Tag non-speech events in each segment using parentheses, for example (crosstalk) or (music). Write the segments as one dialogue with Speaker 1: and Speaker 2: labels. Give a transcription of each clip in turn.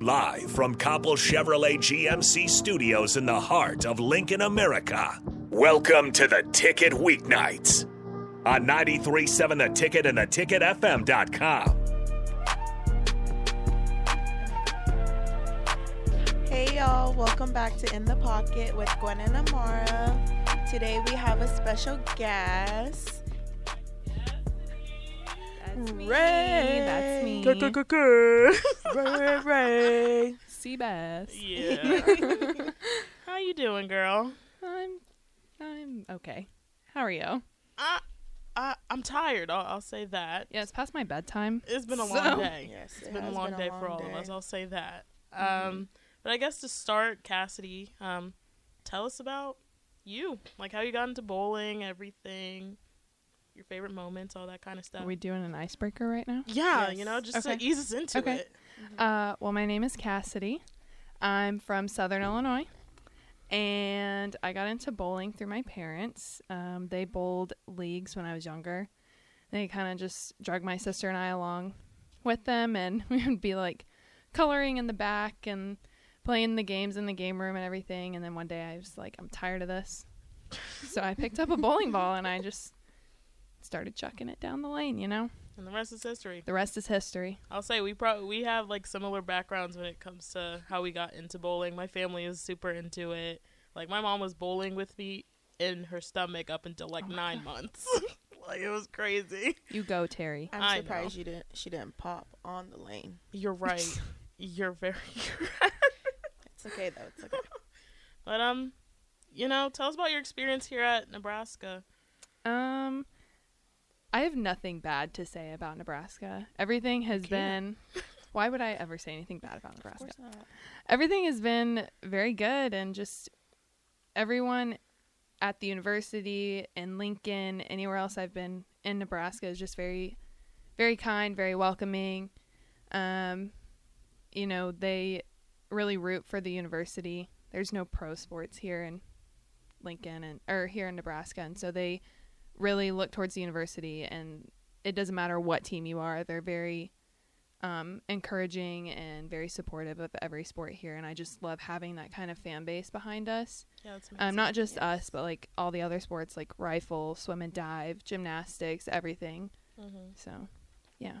Speaker 1: Live from Copple Chevrolet GMC Studios in the heart of Lincoln, America. Welcome to the Ticket Weeknights on 937 The Ticket and theticketfm.com.
Speaker 2: Hey y'all, welcome back to In the Pocket with Gwen and Amara. Today we have a special guest.
Speaker 3: That's me.
Speaker 2: Ray.
Speaker 3: That's me.
Speaker 2: Ray Ray.
Speaker 3: Seabass.
Speaker 4: Yeah. How you doing, girl?
Speaker 3: I'm I'm okay. How are you?
Speaker 4: I, I I'm tired. I'll, I'll say that.
Speaker 3: Yeah, it's past my bedtime.
Speaker 4: It's been a
Speaker 3: So-
Speaker 4: long day.
Speaker 2: (laughs) Yes,
Speaker 4: it's
Speaker 2: it
Speaker 4: been a
Speaker 2: has
Speaker 4: long
Speaker 2: been a
Speaker 4: day for
Speaker 2: long
Speaker 4: all
Speaker 2: day.
Speaker 4: of us. I'll say that. Um, but I guess to start, Cassidy, um, tell us about you, like how you got into bowling, everything, your favorite moments, all that kind of stuff.
Speaker 3: Are we doing an icebreaker right now?
Speaker 4: yeah,
Speaker 2: Yes.
Speaker 4: you know, just
Speaker 3: Okay.
Speaker 4: to ease us into
Speaker 3: Okay.
Speaker 4: it.
Speaker 3: Uh, well, my name is Cassidy. I'm from Southern Illinois, and I got into bowling through my parents. Um, they bowled leagues when I was younger. They kind of just dragged my sister and I along with them, and (laughs) we would be like coloring in the back and playing the games in the game room and everything. And then one day I was like, I'm tired of this. So I picked up a bowling ball and I just started chucking it down the lane, you know?
Speaker 4: And the rest is history.
Speaker 3: The rest is history.
Speaker 4: I'll say we probably we have like similar backgrounds when it comes to how we got into bowling. My family is super into it. Like my mom was bowling with me in her stomach up until like nine months. (laughs) like it was crazy.
Speaker 3: You go, Terry.
Speaker 4: I
Speaker 2: I'm
Speaker 4: know.
Speaker 2: surprised you didn't she didn't pop on the lane.
Speaker 4: (laughs) You're right. You're very (laughs)
Speaker 2: It's okay though, it's
Speaker 3: (laughs)
Speaker 2: okay.
Speaker 4: But um, you know, tell us about your experience here at Nebraska.
Speaker 3: Um, I have nothing bad to say about Nebraska. Everything has been. Why would I ever say anything bad about
Speaker 2: Of
Speaker 3: Nebraska?
Speaker 2: course not.
Speaker 3: Everything has been very good, and just everyone at the university in Lincoln, anywhere else I've been in Nebraska, is just very, very kind, very welcoming. Um, you know, they really root for the university. There's no pro sports here in Lincoln and or here in Nebraska, and so they really look towards the university. And it doesn't matter what team you are; they're very um, encouraging and very supportive of every sport here. And I just love having that kind of fan base behind us.
Speaker 4: Yeah, that's amazing.
Speaker 3: Um, not just us, but like all the other sports, like rifle, swim and dive, gymnastics, everything.
Speaker 4: Mhm.
Speaker 3: So, yeah.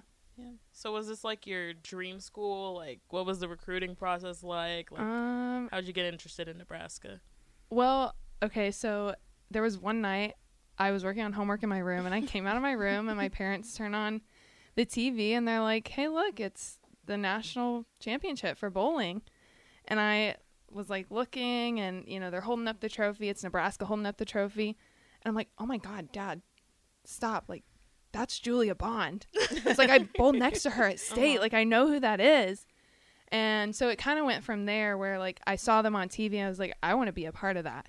Speaker 4: So was this like your dream school? Like, what was the recruiting process like? Like,
Speaker 3: Um,
Speaker 4: how'd you get interested in Nebraska?
Speaker 3: Well, okay, so there was one night I was working on homework in my room and I came out of my room and my parents turn on the TV and they're like, "Hey, look, it's the national championship for bowling." And I was like looking and, you know, they're holding up the trophy. It's Nebraska holding up the trophy. And I'm like, "Oh my god, dad, stop. Like that's Julia Bond." it's like I bowled next to her at state. Like I know who that is. And so it kind of went from there where like I saw them on TV and I was like, I want to be a part of that.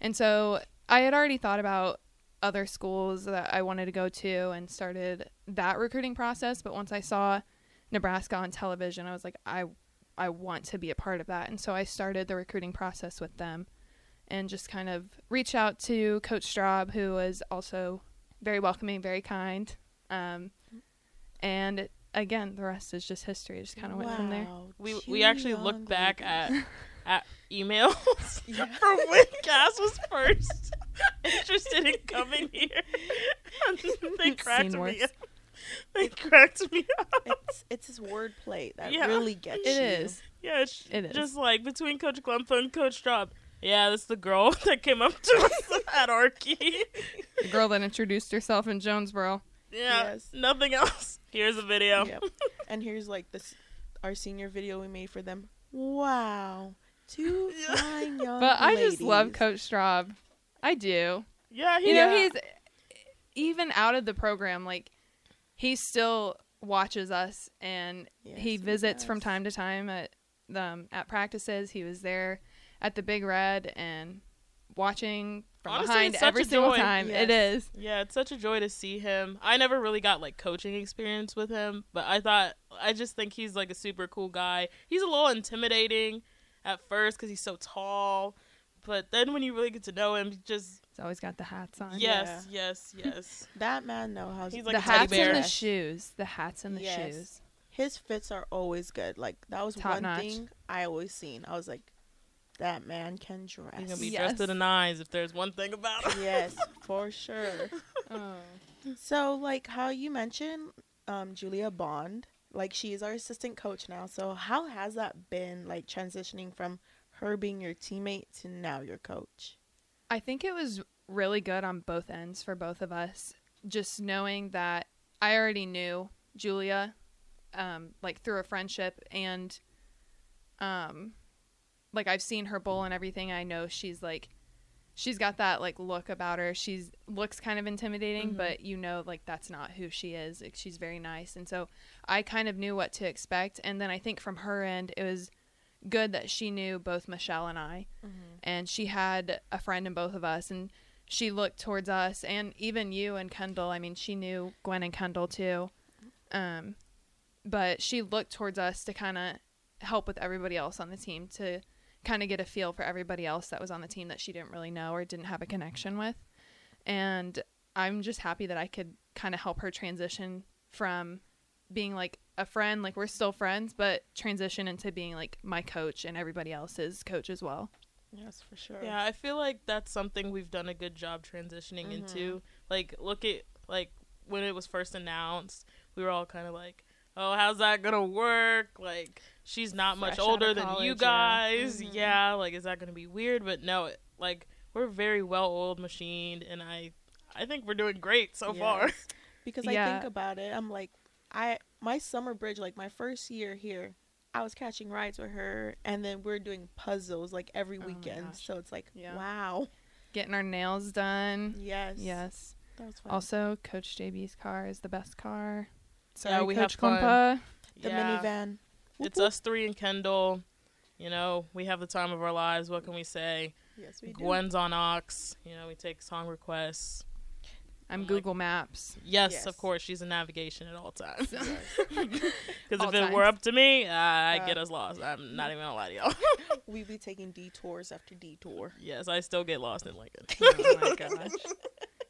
Speaker 3: And so I had already thought about other schools that I wanted to go to and started that recruiting process, but once I saw Nebraska on television, I was like, I I want to be a part of that. And so I started the recruiting process with them and just kind of reached out to Coach Straub, who was also very welcoming, very kind. Um, and again, the rest is just history. It just kind of went from there.
Speaker 2: Wow,
Speaker 4: We
Speaker 2: two
Speaker 4: we actually
Speaker 2: young
Speaker 4: looked back
Speaker 2: ladies.
Speaker 3: (laughs)
Speaker 4: at at emails (laughs) from when Cass was first (laughs) interested in coming here. (laughs) And
Speaker 3: (laughs)
Speaker 4: they cracked
Speaker 3: Seen
Speaker 4: me
Speaker 3: worse.
Speaker 4: up. (laughs) They cracked me
Speaker 3: (laughs)
Speaker 4: up.
Speaker 2: it's it's his wordplay that
Speaker 4: Yeah.
Speaker 2: really gets you.
Speaker 3: It is.
Speaker 4: (laughs) Yeah, it's
Speaker 3: It is.
Speaker 4: just like between Coach Glumpa and Coach Drop. Yeah, that's the girl (laughs) that came up to us at Arky. (laughs)
Speaker 3: The girl that introduced herself in Jonesboro.
Speaker 4: Yeah,
Speaker 2: Yes.
Speaker 4: nothing else. Here's a video. (laughs)
Speaker 2: Yep. And here's like this our senior video we made for them. Wow.
Speaker 4: (laughs)
Speaker 2: Two
Speaker 4: Yeah.
Speaker 2: fine young
Speaker 3: But I just love
Speaker 2: ladies.
Speaker 3: Coach Straub. I do.
Speaker 4: Yeah, he,
Speaker 3: You know,
Speaker 2: Yeah.
Speaker 3: he's even out of the program, like he still watches us and
Speaker 2: Yes,
Speaker 3: he
Speaker 2: he
Speaker 3: visits from
Speaker 2: does.
Speaker 3: time to time at um, at practices. He was there at the Big Red and watching from
Speaker 4: Honestly,
Speaker 3: behind
Speaker 4: it's such
Speaker 3: every
Speaker 4: a
Speaker 3: single
Speaker 4: joy.
Speaker 3: time. It
Speaker 2: Yes.
Speaker 3: is.
Speaker 4: Yeah, it's such a joy to see him. I never really got like coaching experience with him, but I thought I just think he's like a super cool guy. He's a little intimidating at first because he's so tall, but then when you really get to know him, he just
Speaker 3: He's always got the hats on.
Speaker 4: yes, yes, yes.
Speaker 2: That man knows how
Speaker 4: He's
Speaker 2: he's
Speaker 4: like
Speaker 2: like
Speaker 3: the
Speaker 4: a teddy
Speaker 3: hats and
Speaker 4: bear.
Speaker 3: the shoes. The hats and the
Speaker 2: Yes.
Speaker 3: shoes.
Speaker 2: his fits are always good. Like that was
Speaker 3: Top
Speaker 2: one
Speaker 3: notch.
Speaker 2: thing I always seen. I was like, that man can
Speaker 4: He's
Speaker 2: dress.
Speaker 4: gonna be (laughs)
Speaker 3: Yes.
Speaker 4: dressed to the nines if there's one thing about him.
Speaker 2: yes, for sure.
Speaker 3: Oh.
Speaker 2: So like how you mentioned, um, Julia Bond, like she's our assistant coach now. So how has that been like transitioning from her being your teammate to now your coach?
Speaker 3: I think it was really good on both ends for both of us. Just knowing that I already knew Julia, um, like through a friendship, and um, like I've seen her bowl and everything. I know she's like, she's got that like look about her. She's looks kind of intimidating, but you know, like that's not who she is. Like she's very nice, and so I kind of knew what to expect. And then I think from her end, it was good that she knew both Michelle and I and she had a friend in both of us and she looked towards us and even you and Kendall. I mean, she knew Gwen and Kendall too. Um, but she looked towards us to kind of help with everybody else on the team to kind of get a feel for everybody else that was on the team that she didn't really know or didn't have a connection with. And I'm just happy that I could kind of help her transition from being like a friend, like we're still friends, but transition into being like my coach and everybody else's coach as well.
Speaker 2: Yes, for sure.
Speaker 4: Yeah, I feel like that's something we've done a good job transitioning
Speaker 2: Mm-hmm.
Speaker 4: into. Like, look at like when it was first announced, we were all kind of like, "Oh, how's that gonna work?" Like, she's not
Speaker 3: Fresh
Speaker 4: much
Speaker 3: out of
Speaker 4: older than
Speaker 3: college, yeah.
Speaker 4: you guys. Yeah.
Speaker 2: Mm-hmm.
Speaker 4: like is that gonna be weird? But no, it, like we're very well-oiled machined, and I, I think we're doing great so far. (laughs)
Speaker 2: Yes. Because I
Speaker 3: Yeah.
Speaker 2: think about it, I'm like, I my summer bridge, like my first year here, I was catching rides with her, and then we're doing puzzles like every
Speaker 3: my
Speaker 2: weekend.
Speaker 3: gosh.
Speaker 2: So it's like,
Speaker 3: Yeah.
Speaker 2: wow,
Speaker 3: getting our nails done.
Speaker 2: yes,
Speaker 3: Yes.
Speaker 2: that was fun.
Speaker 3: Also, Coach JB's car is the best car.
Speaker 4: Yeah, we have
Speaker 3: Coach
Speaker 4: fun.
Speaker 3: Klumpa.
Speaker 2: (laughs) the
Speaker 4: Yeah.
Speaker 2: minivan. Whoop
Speaker 4: It's us three and Kendall. You know, we have the time of our lives. What can we say?
Speaker 2: whoop. Yes, we do.
Speaker 4: Gwen's on Ox. You know, we take song requests.
Speaker 3: I'm
Speaker 4: Like-
Speaker 3: Google Maps.
Speaker 4: Yes,
Speaker 2: Yes.
Speaker 4: of course. She's in navigation at all times.
Speaker 3: (laughs)
Speaker 4: (laughs) Because
Speaker 3: All
Speaker 4: if it
Speaker 3: times.
Speaker 4: were up to me, uh, I'd
Speaker 2: Uh,
Speaker 4: get us lost. I'm not even gonna lie to
Speaker 3: (laughs)
Speaker 4: y'all. (laughs)
Speaker 2: we be taking detours after detour.
Speaker 4: yes, I still get lost in Lincoln.
Speaker 3: (laughs) oh
Speaker 4: (laughs)
Speaker 3: my gosh.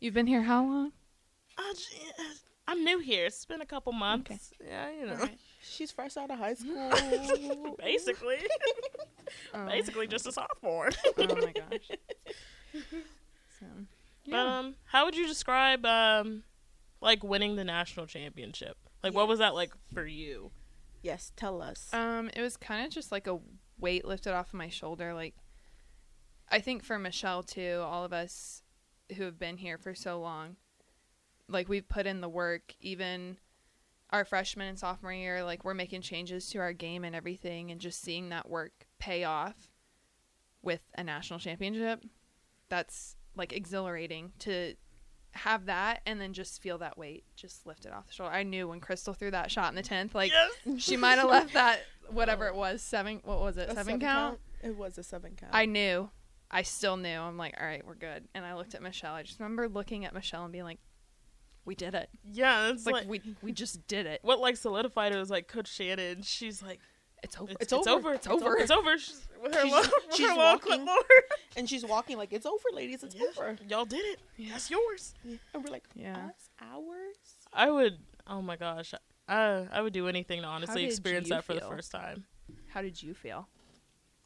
Speaker 3: You've been here how long?
Speaker 4: I j- I'm new here. It's been a couple months. Yeah, you know.
Speaker 2: She's fresh out of high school.
Speaker 4: (laughs) Basically,
Speaker 3: Oh,
Speaker 4: basically just a sophomore.
Speaker 3: oh my gosh.
Speaker 4: (laughs)
Speaker 3: So, (laughs) yeah.
Speaker 4: Um, how would you describe um, like winning the national championship? Like, what was that like for you?
Speaker 3: Mm-hmm.
Speaker 2: yes, tell us.
Speaker 3: Um, it was kind of just like a weight lifted off of my shoulder. Like, I think for Michelle too, all of us who have been here for so long, like we've put in the work. Even our freshman and sophomore year, like we're making changes to our game and everything, and just seeing that work pay off with a national championship. That's like exhilarating to have that and then just feel that weight just lifted off the shoulder. I knew when Crystal threw that shot in the 10th like
Speaker 4: Yes.
Speaker 3: she might have left (laughs) that whatever it was seven. What was it?
Speaker 2: A
Speaker 3: Seven, count?
Speaker 2: It was a seven count.
Speaker 3: I knew. I still knew. I'm like, all right, we're good. And I looked at Michelle. I just remember looking at Michelle and being like, we did it.
Speaker 4: (laughs) Yeah, it's
Speaker 3: It's like,
Speaker 4: like,
Speaker 3: we (laughs) we just did it.
Speaker 4: what like solidified it was like Coach Shannon. She's like,
Speaker 3: It's over.
Speaker 4: it's, it's, over.
Speaker 3: It's over.
Speaker 4: It's over. She's, with her
Speaker 2: She's-
Speaker 4: long, (laughs) with
Speaker 2: she's
Speaker 4: her long
Speaker 2: walking.
Speaker 4: clipboard.
Speaker 2: and she's walking like it's over, ladies. It's over.
Speaker 4: Y'all did it. That's yours.
Speaker 2: And we're like,
Speaker 3: Yeah.
Speaker 2: us hours.
Speaker 4: I would. Oh my gosh. I I would do anything to honestly
Speaker 3: did
Speaker 4: experience
Speaker 3: you
Speaker 4: that for the
Speaker 3: feel?
Speaker 4: first time.
Speaker 3: How did you feel?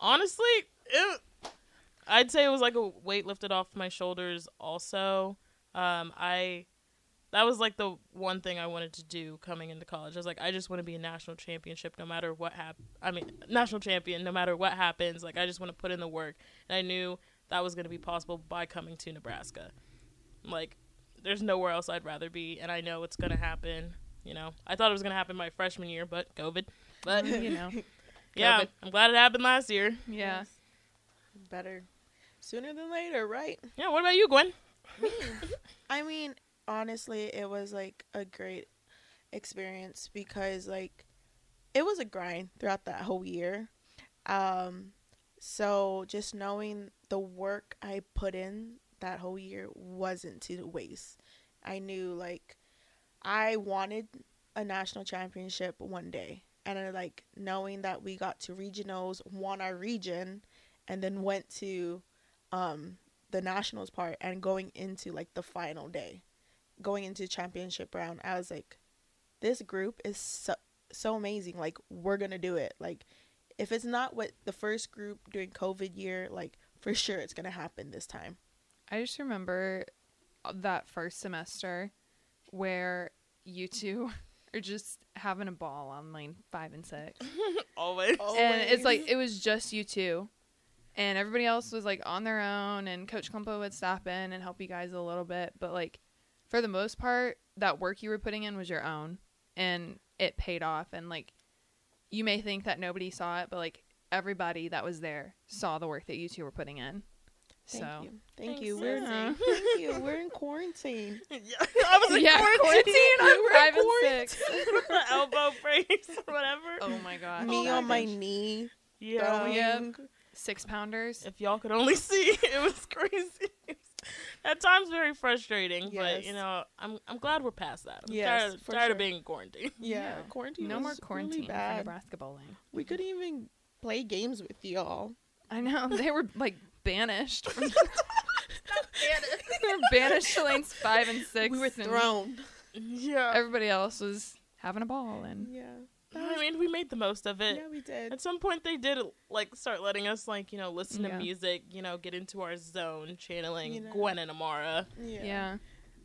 Speaker 4: Honestly, it, I'd say it was like a weight lifted off my shoulders. Also, um, I that was like the one thing I wanted to do coming into college. I was like, I just want to be a national championship, no matter what hap- I mean, national champion, no matter what happens. Like, I just want to put in the work, and I knew that was going to be possible by coming to Nebraska. Like, there's nowhere else I'd rather be, and I know it's going to happen. You know, I thought it was going to happen my freshman year, but COVID. But
Speaker 3: You (laughs) know.
Speaker 4: yeah,
Speaker 3: COVID.
Speaker 4: I'm glad it happened last year.
Speaker 3: Yeah.
Speaker 2: Yes. Better sooner than later, right?
Speaker 4: Yeah, what about you, Gwen?
Speaker 2: I mean, honestly, it was like a great experience because like it was a grind throughout that whole year. Um so just knowing the work I put in that whole year wasn't to waste. I knew like I wanted a national championship one day. And I, like knowing that we got to regionals, won our region, and then went to um the nationals part and going into like the final day going into championship round i was like this group is so so amazing. Like we're gonna do it. Like if it's not what the first group during COVID year, like for sure it's gonna happen this time.
Speaker 3: I just remember that first semester where you two (laughs) are just having a ball on lane five and six.
Speaker 4: Always.
Speaker 3: and it's like it was just you two and everybody else was like on their own and coach klumpo would stop in and help you guys a little bit but like for the most part that work you were putting in was your own and it paid off and like you may think that nobody saw it but like everybody that was there saw the work that you two were putting in
Speaker 2: Thank
Speaker 3: so
Speaker 2: you. Thank
Speaker 4: Thanks,
Speaker 2: you. We're
Speaker 4: (laughs) Susie.
Speaker 2: thank you. We're in
Speaker 3: (laughs)
Speaker 2: quarantine. (laughs)
Speaker 4: yeah, I was (laughs) like,
Speaker 3: yeah quarantine on
Speaker 2: We're in
Speaker 3: five and
Speaker 4: (laughs)
Speaker 3: six
Speaker 4: my elbow
Speaker 2: (laughs)
Speaker 4: breaks or whatever.
Speaker 3: oh my gosh
Speaker 2: Me
Speaker 4: my
Speaker 2: on my
Speaker 4: gosh.
Speaker 2: knee.
Speaker 4: yeah.
Speaker 2: throwing.
Speaker 3: Yep. six pounders
Speaker 4: If y'all could only (laughs) see, it was crazy. At times, very frustrating, but
Speaker 2: Yes.
Speaker 4: you know, I'm I'm glad we're past that. I'm
Speaker 2: Yes,
Speaker 4: tired,
Speaker 2: for
Speaker 4: tired of
Speaker 2: sure.
Speaker 4: being quarantined.
Speaker 2: (laughs)
Speaker 4: (laughs)
Speaker 2: Yeah,
Speaker 3: Yeah.
Speaker 2: quarantine.
Speaker 3: no
Speaker 2: was
Speaker 3: more
Speaker 2: really
Speaker 3: quarantine for
Speaker 2: bad.
Speaker 3: nebraska bowling
Speaker 2: We couldn't even play games with y'all.
Speaker 3: I know (laughs) they were like banished. From-
Speaker 2: (laughs)
Speaker 3: (laughs) they were banished to lanes five and six.
Speaker 2: We were
Speaker 3: and
Speaker 2: thrown.
Speaker 4: Yeah,
Speaker 3: Everybody else was having a ball, and
Speaker 2: (laughs) Yeah. That
Speaker 4: I
Speaker 2: was,
Speaker 4: mean, we made the most of it.
Speaker 2: yeah, we did.
Speaker 4: At some point, they did like start letting us like you know listen to
Speaker 3: Yeah.
Speaker 4: music, you know, get into our zone, channeling
Speaker 2: You know.
Speaker 4: Gwen and Amara.
Speaker 2: Yeah.
Speaker 3: yeah,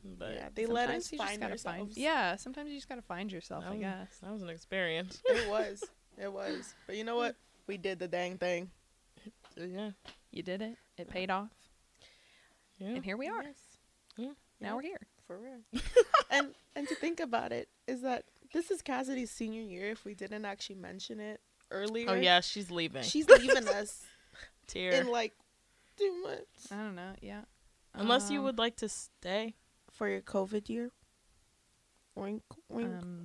Speaker 4: But
Speaker 2: Yeah, They let
Speaker 3: Sometimes
Speaker 2: us
Speaker 3: you just
Speaker 2: find Oh.
Speaker 3: gotta
Speaker 2: ourselves. (laughs)
Speaker 3: yeah, sometimes you just gotta find yourself.
Speaker 4: that
Speaker 3: I
Speaker 4: was-
Speaker 3: guess.
Speaker 4: that was
Speaker 2: (laughs)
Speaker 4: an experience.
Speaker 2: It was. It was. But you know what? We did the dang thing.
Speaker 4: yeah,
Speaker 3: You did it.
Speaker 2: Uh,
Speaker 3: It paid off,
Speaker 4: yeah.
Speaker 3: and here we are.
Speaker 4: Yeah.
Speaker 3: Now we're here.
Speaker 2: For (laughs) real. and and to think about it is that this is Cassidy's senior year if we didn't actually mention it earlier.
Speaker 4: Oh yeah, she's leaving.
Speaker 2: She's (laughs) leaving us
Speaker 4: tear.
Speaker 2: in like two months.
Speaker 3: I don't know. Yeah,
Speaker 4: Unless you
Speaker 3: Um,
Speaker 4: would like to stay.
Speaker 2: For your COVID year. Wink wink. (laughs)
Speaker 3: Um,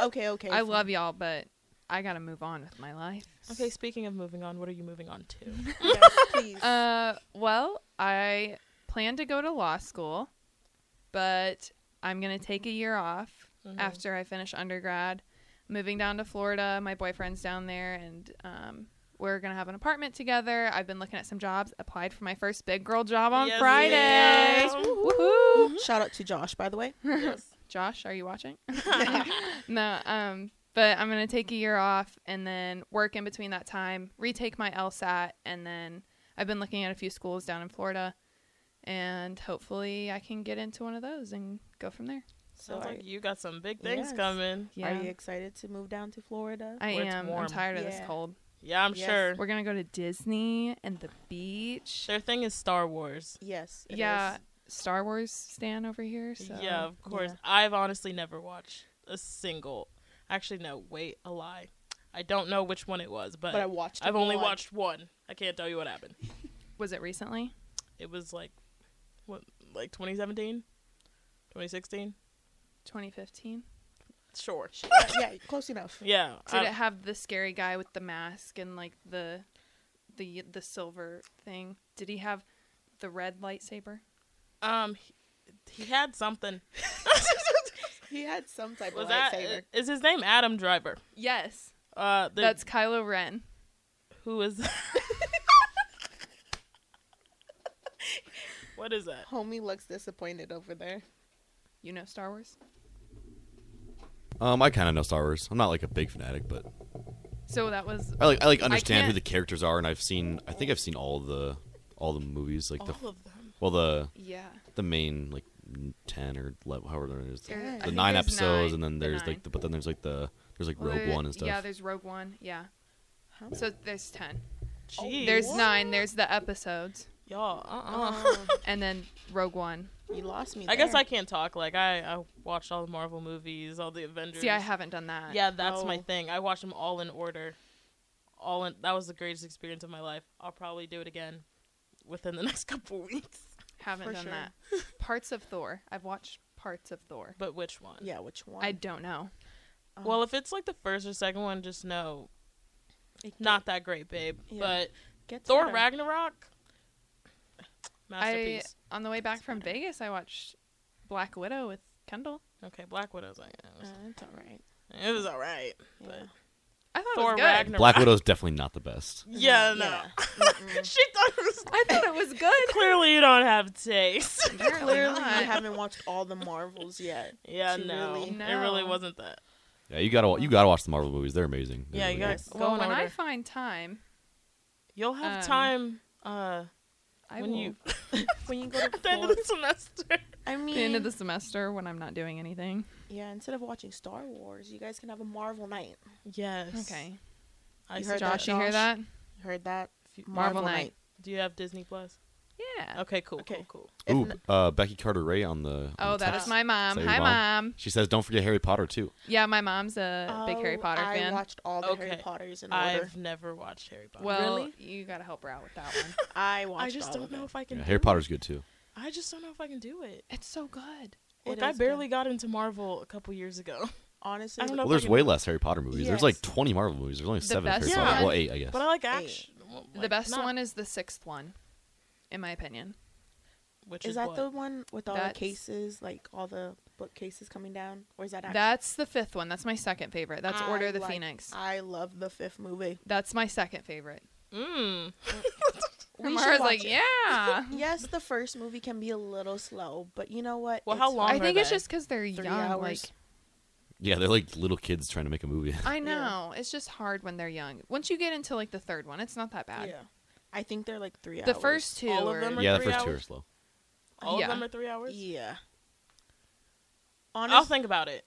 Speaker 2: okay, okay.
Speaker 3: I love y'all, but I gotta move on with my life.
Speaker 4: Okay, speaking of moving on, what are you moving on to? (laughs)
Speaker 2: Yeah, (laughs) please.
Speaker 3: Uh, well, I plan to go to law school, but I'm gonna take a year off
Speaker 4: Mhm.
Speaker 3: after I finish undergrad. Moving down to Florida, my boyfriend's down there, and um, we're gonna have an apartment together. I've been looking at some jobs. Applied for my first big girl job on
Speaker 4: Yes,
Speaker 3: Friday.
Speaker 4: ma'am.
Speaker 3: Woohoo!
Speaker 2: Shout out to Josh, by the way.
Speaker 4: Yes.
Speaker 2: (laughs)
Speaker 3: Josh, are you watching? (laughs) no. Um, but I'm gonna take a year off and then work in between that time, retake my LSAT, and then I've been looking at a few schools down in Florida, and hopefully I can get into one of those and go from there.
Speaker 2: So
Speaker 4: Sounds
Speaker 2: are,
Speaker 4: like you got some big things
Speaker 2: Yes.
Speaker 4: coming.
Speaker 3: Yeah,
Speaker 2: are you excited to move down to Florida?
Speaker 3: I
Speaker 4: Where it's
Speaker 3: am.
Speaker 4: warm.
Speaker 3: I'm tired of this
Speaker 2: Yeah.
Speaker 3: cold.
Speaker 4: Yeah, I'm
Speaker 2: Yes.
Speaker 4: sure.
Speaker 3: We're gonna go to Disney and the beach.
Speaker 4: Their thing is Star Wars.
Speaker 2: yes. it
Speaker 3: yeah,
Speaker 2: is.
Speaker 3: Star Wars stan over here. So
Speaker 4: yeah, of course.
Speaker 2: yeah.
Speaker 4: I've honestly never watched a single. Actually, no. Wait, a lie. I don't know which one it was, but,
Speaker 2: But I watched.
Speaker 4: I've
Speaker 2: it
Speaker 4: only
Speaker 2: all.
Speaker 4: watched one. I can't tell you what happened.
Speaker 3: Was it recently?
Speaker 4: It was like, what, like 2017, 2016.
Speaker 3: 2015.
Speaker 4: Sure.
Speaker 2: Uh, yeah, close enough.
Speaker 4: (laughs) Yeah.
Speaker 3: Did
Speaker 4: I-
Speaker 3: it have the scary guy with the mask and like the the the silver thing? Did he have the red lightsaber?
Speaker 4: um, he, he had something.
Speaker 2: He had some type
Speaker 4: Was
Speaker 2: of
Speaker 4: that?
Speaker 2: lightsaber.
Speaker 4: Is his name Adam Driver?
Speaker 3: Yes,
Speaker 4: Uh, the,
Speaker 3: that's Kylo Ren.
Speaker 4: who is. what is that?
Speaker 2: Homie looks disappointed over there.
Speaker 3: You know Star Wars.
Speaker 5: Um, I kind of know Star Wars. I'm not like a big fanatic, but
Speaker 3: So that was
Speaker 5: I like I like understand who
Speaker 3: can't-
Speaker 5: the characters are, and I've seen. I think I've seen all the all the movies, like the
Speaker 4: All of them.
Speaker 5: well the
Speaker 3: yeah.
Speaker 5: the main like ten or 11, however it is,
Speaker 3: There- I
Speaker 5: the
Speaker 3: think
Speaker 5: nine
Speaker 3: there's
Speaker 5: episodes,
Speaker 3: nine.
Speaker 5: and then
Speaker 3: The
Speaker 5: there's
Speaker 3: nine.
Speaker 5: like the, but then there's like the there's like
Speaker 3: Well,
Speaker 5: Rogue
Speaker 3: there-
Speaker 5: One and stuff.
Speaker 3: Yeah, there's Rogue One. Yeah.
Speaker 2: How
Speaker 3: So there's ten.
Speaker 4: Jeez.
Speaker 3: There's nine. There's the episodes,
Speaker 4: y'all. Uh uh
Speaker 2: Oh,
Speaker 3: and then Rogue One.
Speaker 2: you lost me.
Speaker 4: I guess
Speaker 2: there.
Speaker 4: I can't talk. Like I, I watched all the Marvel movies, all the Avengers.
Speaker 3: See, I haven't done that.
Speaker 4: Yeah, that's my
Speaker 2: Oh.
Speaker 4: thing. I watched them all in order. All in. That was the greatest experience of my life. I'll probably do it again within the (laughs) next couple weeks.
Speaker 3: haven't
Speaker 2: for
Speaker 3: done
Speaker 2: sure.
Speaker 3: that. (laughs) Parts of Thor. I've watched parts of Thor.
Speaker 4: But which one?
Speaker 2: Yeah, which one?
Speaker 3: I don't know.
Speaker 2: Um,
Speaker 4: Well, if it's like the first or second one, just know
Speaker 2: it
Speaker 4: not that great, babe.
Speaker 2: Yeah.
Speaker 4: But
Speaker 2: gets
Speaker 4: Thor
Speaker 2: better.
Speaker 4: Ragnarok,
Speaker 3: I
Speaker 4: masterpiece.
Speaker 3: on the way back from Vegas, I watched Black Widow with Kendall.
Speaker 4: Okay, Black Widow's like it
Speaker 2: Uh,
Speaker 4: was,
Speaker 2: it's all right.
Speaker 4: it was all right, but
Speaker 2: Yeah.
Speaker 3: I thought it
Speaker 4: Thor
Speaker 3: Uh, was good.
Speaker 4: Ragnarok.
Speaker 5: Black Widow's definitely not the best.
Speaker 4: (laughs) Yeah, no.
Speaker 2: Mm-mm.
Speaker 4: (laughs) she thought it was.
Speaker 3: I thought it was (laughs) good.
Speaker 4: Clearly, you don't have taste.
Speaker 3: (laughs) Apparently
Speaker 2: Clearly,
Speaker 3: not. (laughs)
Speaker 2: you haven't watched all the Marvels yet.
Speaker 4: Yeah,
Speaker 2: She
Speaker 4: no,
Speaker 2: really-
Speaker 4: it really
Speaker 3: No.
Speaker 4: wasn't that.
Speaker 5: Yeah, you gotta wa- you gotta watch the Marvel movies. They're amazing. They're
Speaker 4: Yeah,
Speaker 5: really
Speaker 4: you
Speaker 5: good.
Speaker 4: guys go
Speaker 3: Well,
Speaker 4: in
Speaker 3: when I
Speaker 4: order.
Speaker 3: find time,
Speaker 4: You'll have
Speaker 3: um,
Speaker 4: time uh,
Speaker 3: I
Speaker 4: when
Speaker 3: will.
Speaker 4: you
Speaker 2: when you go to
Speaker 4: (laughs) at the end of
Speaker 2: court-
Speaker 4: the semester.
Speaker 3: (laughs)
Speaker 2: I mean,
Speaker 3: the end of the semester when I'm not doing anything.
Speaker 2: yeah. Instead of watching Star Wars, you guys can have a Marvel night.
Speaker 4: Yes.
Speaker 3: Okay,
Speaker 4: I
Speaker 2: You heard
Speaker 4: heard
Speaker 3: Josh,
Speaker 4: that.
Speaker 2: that.
Speaker 3: you hear
Speaker 2: Josh.
Speaker 3: that?
Speaker 2: Heard that
Speaker 3: Marvel night.
Speaker 4: Do you have Disney Plus?
Speaker 3: Yeah.
Speaker 4: Okay, cool,
Speaker 2: Okay.
Speaker 4: cool, cool.
Speaker 2: If
Speaker 5: Ooh,
Speaker 2: n-
Speaker 5: uh, Becky Carter Ray on the. on
Speaker 3: Oh,
Speaker 5: the
Speaker 3: that
Speaker 5: top.
Speaker 3: is my mom.
Speaker 5: Say your
Speaker 3: Hi,
Speaker 5: mom.
Speaker 3: mom.
Speaker 5: She says, "Don't forget Harry Potter too."
Speaker 3: Yeah, my mom's a big Harry
Speaker 2: Oh,
Speaker 3: Potter
Speaker 2: I
Speaker 3: fan.
Speaker 2: watched all the Harry
Speaker 4: Okay.
Speaker 2: Potters in order.
Speaker 4: I've never watched Harry Potter.
Speaker 3: well, you gotta help her out with that one.
Speaker 2: I watched.
Speaker 4: I just
Speaker 2: all
Speaker 4: don't
Speaker 2: of
Speaker 4: know
Speaker 2: it.
Speaker 4: if I can.
Speaker 5: Yeah,
Speaker 4: do
Speaker 5: Harry
Speaker 4: it.
Speaker 5: Potter's good too.
Speaker 4: I just don't know if I can do it.
Speaker 3: (laughs) it's so good.
Speaker 2: It
Speaker 4: Like I
Speaker 2: is
Speaker 4: barely
Speaker 2: good.
Speaker 4: got into Marvel a couple years ago, (laughs)
Speaker 2: honestly.
Speaker 4: I don't know
Speaker 5: Well,
Speaker 4: if
Speaker 5: there's
Speaker 4: can-
Speaker 5: way less Harry Potter movies. There's like
Speaker 2: Yes.
Speaker 5: 20 Marvel movies. There's only
Speaker 3: The
Speaker 5: seven Harry
Speaker 3: best
Speaker 5: Potter. Well,
Speaker 4: one-
Speaker 5: eight, I guess.
Speaker 4: but I like
Speaker 2: Eight.
Speaker 4: action. Well,
Speaker 3: the
Speaker 4: like,
Speaker 3: best
Speaker 4: not-
Speaker 3: one is the sixth one, in my opinion.
Speaker 4: which is,
Speaker 2: Is that
Speaker 4: what?
Speaker 2: the one with all
Speaker 3: That's-
Speaker 2: the cases, like all the bookcases coming down, or is that actually?
Speaker 3: That's the fifth one. That's my second favorite. That's
Speaker 2: I
Speaker 3: Order of the
Speaker 2: like-
Speaker 3: Phoenix.
Speaker 2: I love the fifth movie.
Speaker 3: That's my second favorite.
Speaker 4: Mm.
Speaker 2: We should
Speaker 3: Mara's like,
Speaker 2: watch it.
Speaker 3: (laughs) yeah.
Speaker 2: Yes, the first movie can be a little slow, but you know what?
Speaker 4: Well, how
Speaker 2: It's
Speaker 4: long
Speaker 2: fine.
Speaker 3: I
Speaker 4: are
Speaker 3: think it's
Speaker 4: they?
Speaker 3: just because they're
Speaker 2: Three
Speaker 3: young.
Speaker 2: hours.
Speaker 3: Like,
Speaker 5: Yeah, they're like little kids trying to make a movie.
Speaker 3: I know it's just hard when they're young. Once you get into like the third one, it's not that bad.
Speaker 4: Yeah.
Speaker 2: I think they're like three
Speaker 3: The
Speaker 2: hours.
Speaker 3: first two,
Speaker 4: All of
Speaker 3: are-
Speaker 4: them are-
Speaker 5: yeah, the
Speaker 4: three
Speaker 5: first two are
Speaker 4: hours?
Speaker 5: slow.
Speaker 4: All
Speaker 3: Yeah.
Speaker 4: of them are three hours.
Speaker 2: Yeah.
Speaker 4: I'll
Speaker 2: Honestly,
Speaker 4: think about it.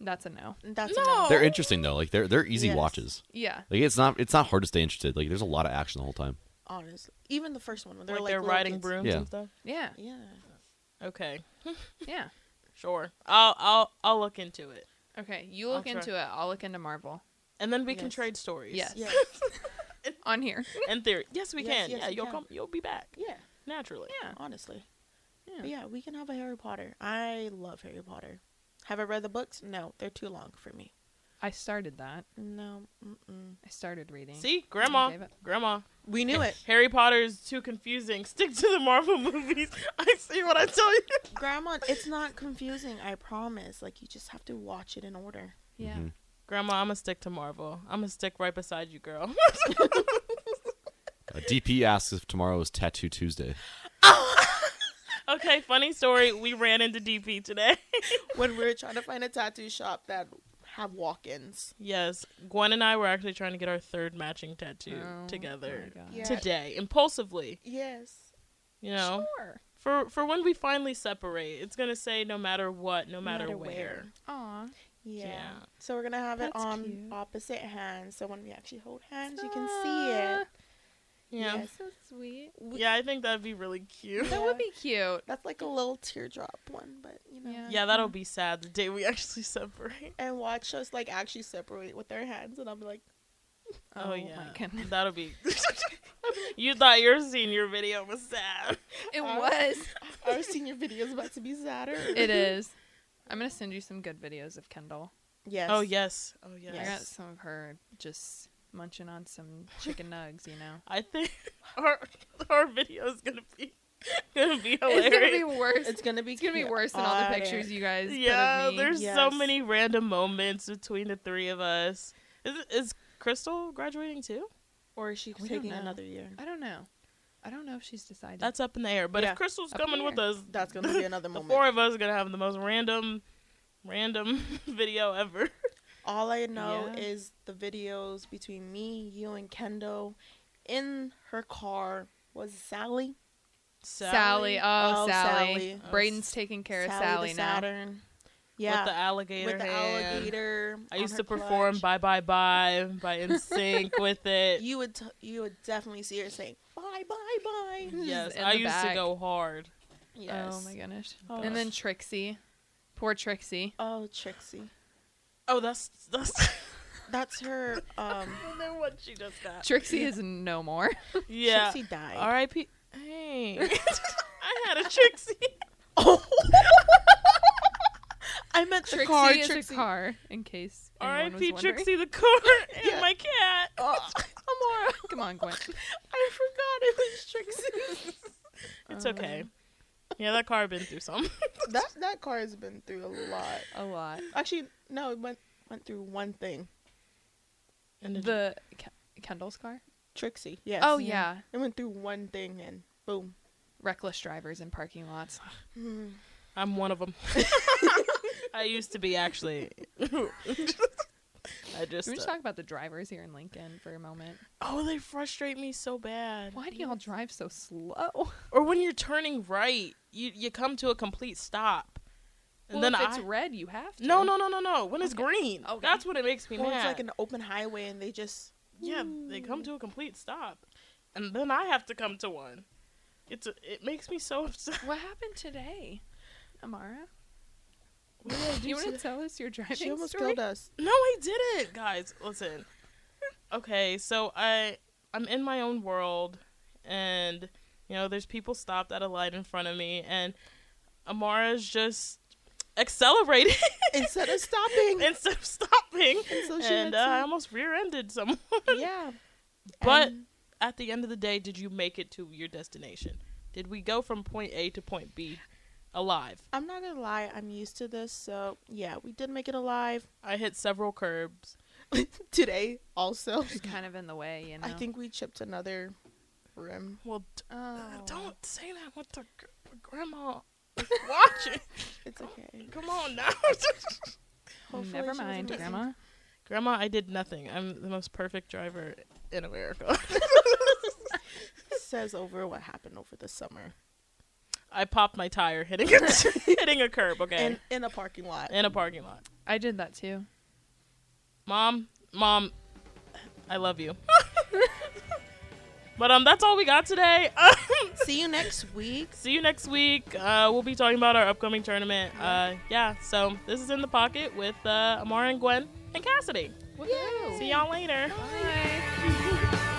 Speaker 3: that's a no.
Speaker 2: that's
Speaker 4: No.
Speaker 2: no.
Speaker 5: They're interesting though. Like they're they're easy
Speaker 2: Yes.
Speaker 5: watches.
Speaker 3: Yeah,
Speaker 5: Like it's not it's not hard to stay interested. Like there's a lot of action the whole time.
Speaker 2: Honestly, even the first one when they're
Speaker 4: like,
Speaker 2: like
Speaker 4: they're
Speaker 2: little
Speaker 4: riding
Speaker 2: kids.
Speaker 4: brooms
Speaker 5: Yeah.
Speaker 4: and stuff.
Speaker 3: yeah,
Speaker 2: Yeah.
Speaker 4: Okay,
Speaker 3: yeah.
Speaker 4: sure. I'll I'll I'll look into it,
Speaker 3: Okay, you
Speaker 4: I'll
Speaker 3: look
Speaker 4: try.
Speaker 3: into it. I'll look into Marvel
Speaker 4: and then we can
Speaker 2: Yes.
Speaker 4: trade stories.
Speaker 3: Yes.
Speaker 2: Yeah.
Speaker 3: on here.
Speaker 4: In theory, yes, we
Speaker 2: Yes,
Speaker 4: can.
Speaker 2: yes,
Speaker 4: yeah,
Speaker 2: we
Speaker 4: you'll
Speaker 2: can.
Speaker 4: come. You'll be back
Speaker 2: yeah.
Speaker 4: naturally.
Speaker 3: Yeah.
Speaker 2: Honestly.
Speaker 3: Yeah.
Speaker 2: But yeah, we can have a Harry Potter. I love Harry Potter. Have I read the books? No, they're too long for me.
Speaker 3: (laughs) I started that.
Speaker 2: No. Mm-mm.
Speaker 3: I started reading.
Speaker 4: See, Grandma,
Speaker 3: Okay, but-
Speaker 4: Grandma.
Speaker 2: We knew it.
Speaker 4: (laughs) Harry Potter is too confusing. Stick to the Marvel (laughs) movies. I see what I tell you.
Speaker 2: Grandma, it's not confusing, I promise. Like you just have to watch it in order.
Speaker 3: Yeah. Oh
Speaker 5: Mhm.
Speaker 4: Grandma, I'm gonna stick to Marvel. I'm gonna stick right beside you, girl.
Speaker 5: Uh, DP asks if tomorrow is Tattoo Tuesday.
Speaker 4: okay, funny story. We ran into DP today. (laughs)
Speaker 2: When we were trying to find a tattoo shop that have walk-ins.
Speaker 4: yes, Gwen and I were actually trying to get our third matching tattoo
Speaker 3: Oh,
Speaker 4: together
Speaker 3: my God.
Speaker 2: Yeah.
Speaker 4: today, impulsively.
Speaker 2: Yes.
Speaker 4: You know,
Speaker 3: Sure.
Speaker 4: for for when we finally separate, it's gonna say no matter what, no matter,
Speaker 2: matter
Speaker 4: where.
Speaker 2: where.
Speaker 3: Aw.
Speaker 2: Yeah.
Speaker 4: Yeah.
Speaker 2: So we're gonna have it
Speaker 3: That's
Speaker 2: on
Speaker 3: cute.
Speaker 2: opposite hands. So when we actually hold hands, you can see it.
Speaker 3: Ah.
Speaker 4: Yeah.
Speaker 2: Yes.
Speaker 3: So sweet.
Speaker 2: We-
Speaker 4: Yeah, I think that'd be really cute.
Speaker 3: That would be cute.
Speaker 2: That's like a little teardrop one, but you know.
Speaker 3: Yeah.
Speaker 4: Yeah, that'll be sad the day we
Speaker 2: (laughs)
Speaker 4: actually separate.
Speaker 2: And watch us like actually separate with their hands, and I'm like,
Speaker 4: Oh, yeah,
Speaker 3: my goodness.
Speaker 4: that'll be. (laughs) you thought your senior video was sad.
Speaker 3: It
Speaker 2: Uh,
Speaker 3: was. (laughs)
Speaker 2: our senior video is about to be sadder.
Speaker 3: It is. I'm gonna send you some good videos of Kendall.
Speaker 2: Yes.
Speaker 4: Oh yes, oh yes.
Speaker 3: I got
Speaker 2: Yes.
Speaker 3: some of her just munching on some chicken nugs. You know.
Speaker 4: I (laughs) think our our video is gonna be gonna be hilarious.
Speaker 3: It's gonna be worse.
Speaker 2: It's gonna be.
Speaker 3: It's gonna be worse than all the pictures you guys. put of
Speaker 4: yeah,
Speaker 3: me.
Speaker 4: there's so
Speaker 2: Yes.
Speaker 4: many random moments between the three of us. Is is Crystal graduating too?
Speaker 2: Or is she
Speaker 3: We don't
Speaker 2: taking
Speaker 3: know.
Speaker 2: another
Speaker 3: (laughs)
Speaker 2: year?
Speaker 3: I don't know. I don't know if she's decided.
Speaker 4: That's up in the air. But
Speaker 2: Yeah,
Speaker 4: if Crystal's
Speaker 3: up in
Speaker 4: coming
Speaker 3: the
Speaker 4: with
Speaker 3: air.
Speaker 4: us,
Speaker 2: That's gonna be another
Speaker 4: the
Speaker 2: moment.
Speaker 4: four of us are gonna have the most random, random (laughs) video ever.
Speaker 2: All I know
Speaker 3: Yeah.
Speaker 2: is the videos between me, you, and Kendall. In her car was Sally.
Speaker 3: Sally. Oh,
Speaker 2: Oh,
Speaker 3: Sally.
Speaker 2: Sally.
Speaker 3: Braden's taking care of Sally
Speaker 2: the
Speaker 3: now.
Speaker 2: Saturn. Yeah,
Speaker 4: With the alligator.
Speaker 2: with the
Speaker 4: hand.
Speaker 2: alligator.
Speaker 4: I
Speaker 2: on
Speaker 4: used
Speaker 2: her
Speaker 4: to perform
Speaker 2: clutch.
Speaker 4: "Bye Bye Bye" by NSYNC with it.
Speaker 2: (laughs) You would t- you would definitely see her saying bye bye
Speaker 3: (laughs)
Speaker 2: bye.
Speaker 3: Oh,
Speaker 4: yes,
Speaker 3: in
Speaker 4: I
Speaker 3: the
Speaker 4: used
Speaker 3: back.
Speaker 4: to go hard.
Speaker 2: Yes.
Speaker 3: Oh my goodness.
Speaker 2: Oh.
Speaker 3: And then Trixie. Poor Trixie.
Speaker 2: Oh Trixie,
Speaker 4: Oh, that's that's. (laughs)
Speaker 2: that's her. Um,
Speaker 4: and then what she just got.
Speaker 3: Trixie is no more.
Speaker 4: Yeah.
Speaker 2: Trixie died.
Speaker 4: R.I.P.
Speaker 3: (laughs)
Speaker 4: Hey, I had a Trixie.
Speaker 2: (laughs) I meant the
Speaker 3: Trixie
Speaker 2: car.
Speaker 3: is
Speaker 2: Trixie.
Speaker 3: a car, in case anyone was
Speaker 4: R.I.P.
Speaker 3: wondering.
Speaker 4: Trixie
Speaker 3: (laughs)
Speaker 4: the car and
Speaker 2: Yeah.
Speaker 4: my cat.
Speaker 2: Oh,
Speaker 3: Amara. (laughs) Come on, Gwen.
Speaker 2: I forgot it was Trixie.
Speaker 4: It's
Speaker 3: Um,
Speaker 4: okay. Yeah, that car been
Speaker 3: (laughs)
Speaker 4: through some.
Speaker 2: (laughs) that that car has been through a lot.
Speaker 3: A lot.
Speaker 2: Actually, no, it went went through one thing.
Speaker 4: And it-
Speaker 3: The Ke- Kendall's car.
Speaker 2: Trixie. Yes.
Speaker 3: Oh yeah.
Speaker 2: It went through one thing and boom.
Speaker 3: Reckless drivers in parking lots. (laughs)
Speaker 4: I'm one of them. I used to be actually. I just,
Speaker 3: Can we just
Speaker 4: uh,
Speaker 3: talk about the drivers here in Lincoln for a moment?
Speaker 4: oh, they frustrate me so bad.
Speaker 3: Why do y'all drive so slow?
Speaker 4: Or when you're turning right, you you come to a complete stop,
Speaker 3: (laughs)
Speaker 4: and
Speaker 3: well,
Speaker 4: then
Speaker 3: if
Speaker 4: I
Speaker 3: it's red, you have to.
Speaker 4: no no no no no when it's green,
Speaker 3: Okay.
Speaker 4: that's when it makes me
Speaker 2: Or
Speaker 4: mad.
Speaker 2: it's like an open highway and they just
Speaker 4: yeah, they come to a complete stop, and then I have to come to one. It's a, it makes me so upset. (laughs)
Speaker 3: What happened today, Amara?
Speaker 2: (laughs)
Speaker 4: Yeah,
Speaker 3: Do you want to tell us your driving
Speaker 2: she almost
Speaker 3: story?
Speaker 2: killed (laughs) us.
Speaker 4: No, I didn't, guys. Listen. Okay, so I I'm in my own world, and you know there's people stopped at a light in front of me, and Amara's just accelerating
Speaker 2: Instead of stopping.
Speaker 4: (laughs) instead of stopping,
Speaker 2: And so she had
Speaker 4: and uh, I
Speaker 2: some-
Speaker 4: almost rear-ended someone.
Speaker 2: yeah.
Speaker 4: But
Speaker 2: And
Speaker 4: at the end of the day, did you make it to your destination? Did we go from point A to point B alive?
Speaker 2: I'm not gonna lie, I'm used to this, so yeah, we did make it alive (laughs)
Speaker 4: I hit several curbs.
Speaker 2: today also.
Speaker 3: She's kind of in the way, you know.
Speaker 2: I think we chipped another rim.
Speaker 4: Well, d- uh,
Speaker 3: Oh.
Speaker 4: don't say that with the gr- grandma is (laughs) watching.
Speaker 2: It's okay.
Speaker 4: Come on now. (laughs)
Speaker 2: Hopefully she
Speaker 3: Never
Speaker 2: wasn't
Speaker 3: mind,
Speaker 2: listening.
Speaker 3: Grandma.
Speaker 4: grandma, I did nothing. I'm the most perfect driver in America. (laughs)
Speaker 2: Says over what happened over the summer.
Speaker 4: I popped my tire hitting a, (laughs) hitting a curb. Okay,
Speaker 2: In in a parking lot.
Speaker 4: in a parking lot.
Speaker 3: I did that too.
Speaker 4: Mom, mom, I love you. but um, that's all we got today. (laughs)
Speaker 2: See you next week.
Speaker 4: See you next week. Uh, we'll be talking about our upcoming tournament. Uh, yeah, so this is In the Pocket with uh, Amara and Gwen and Cassidy.
Speaker 3: Woohoo!
Speaker 4: See y'all later.
Speaker 3: Bye.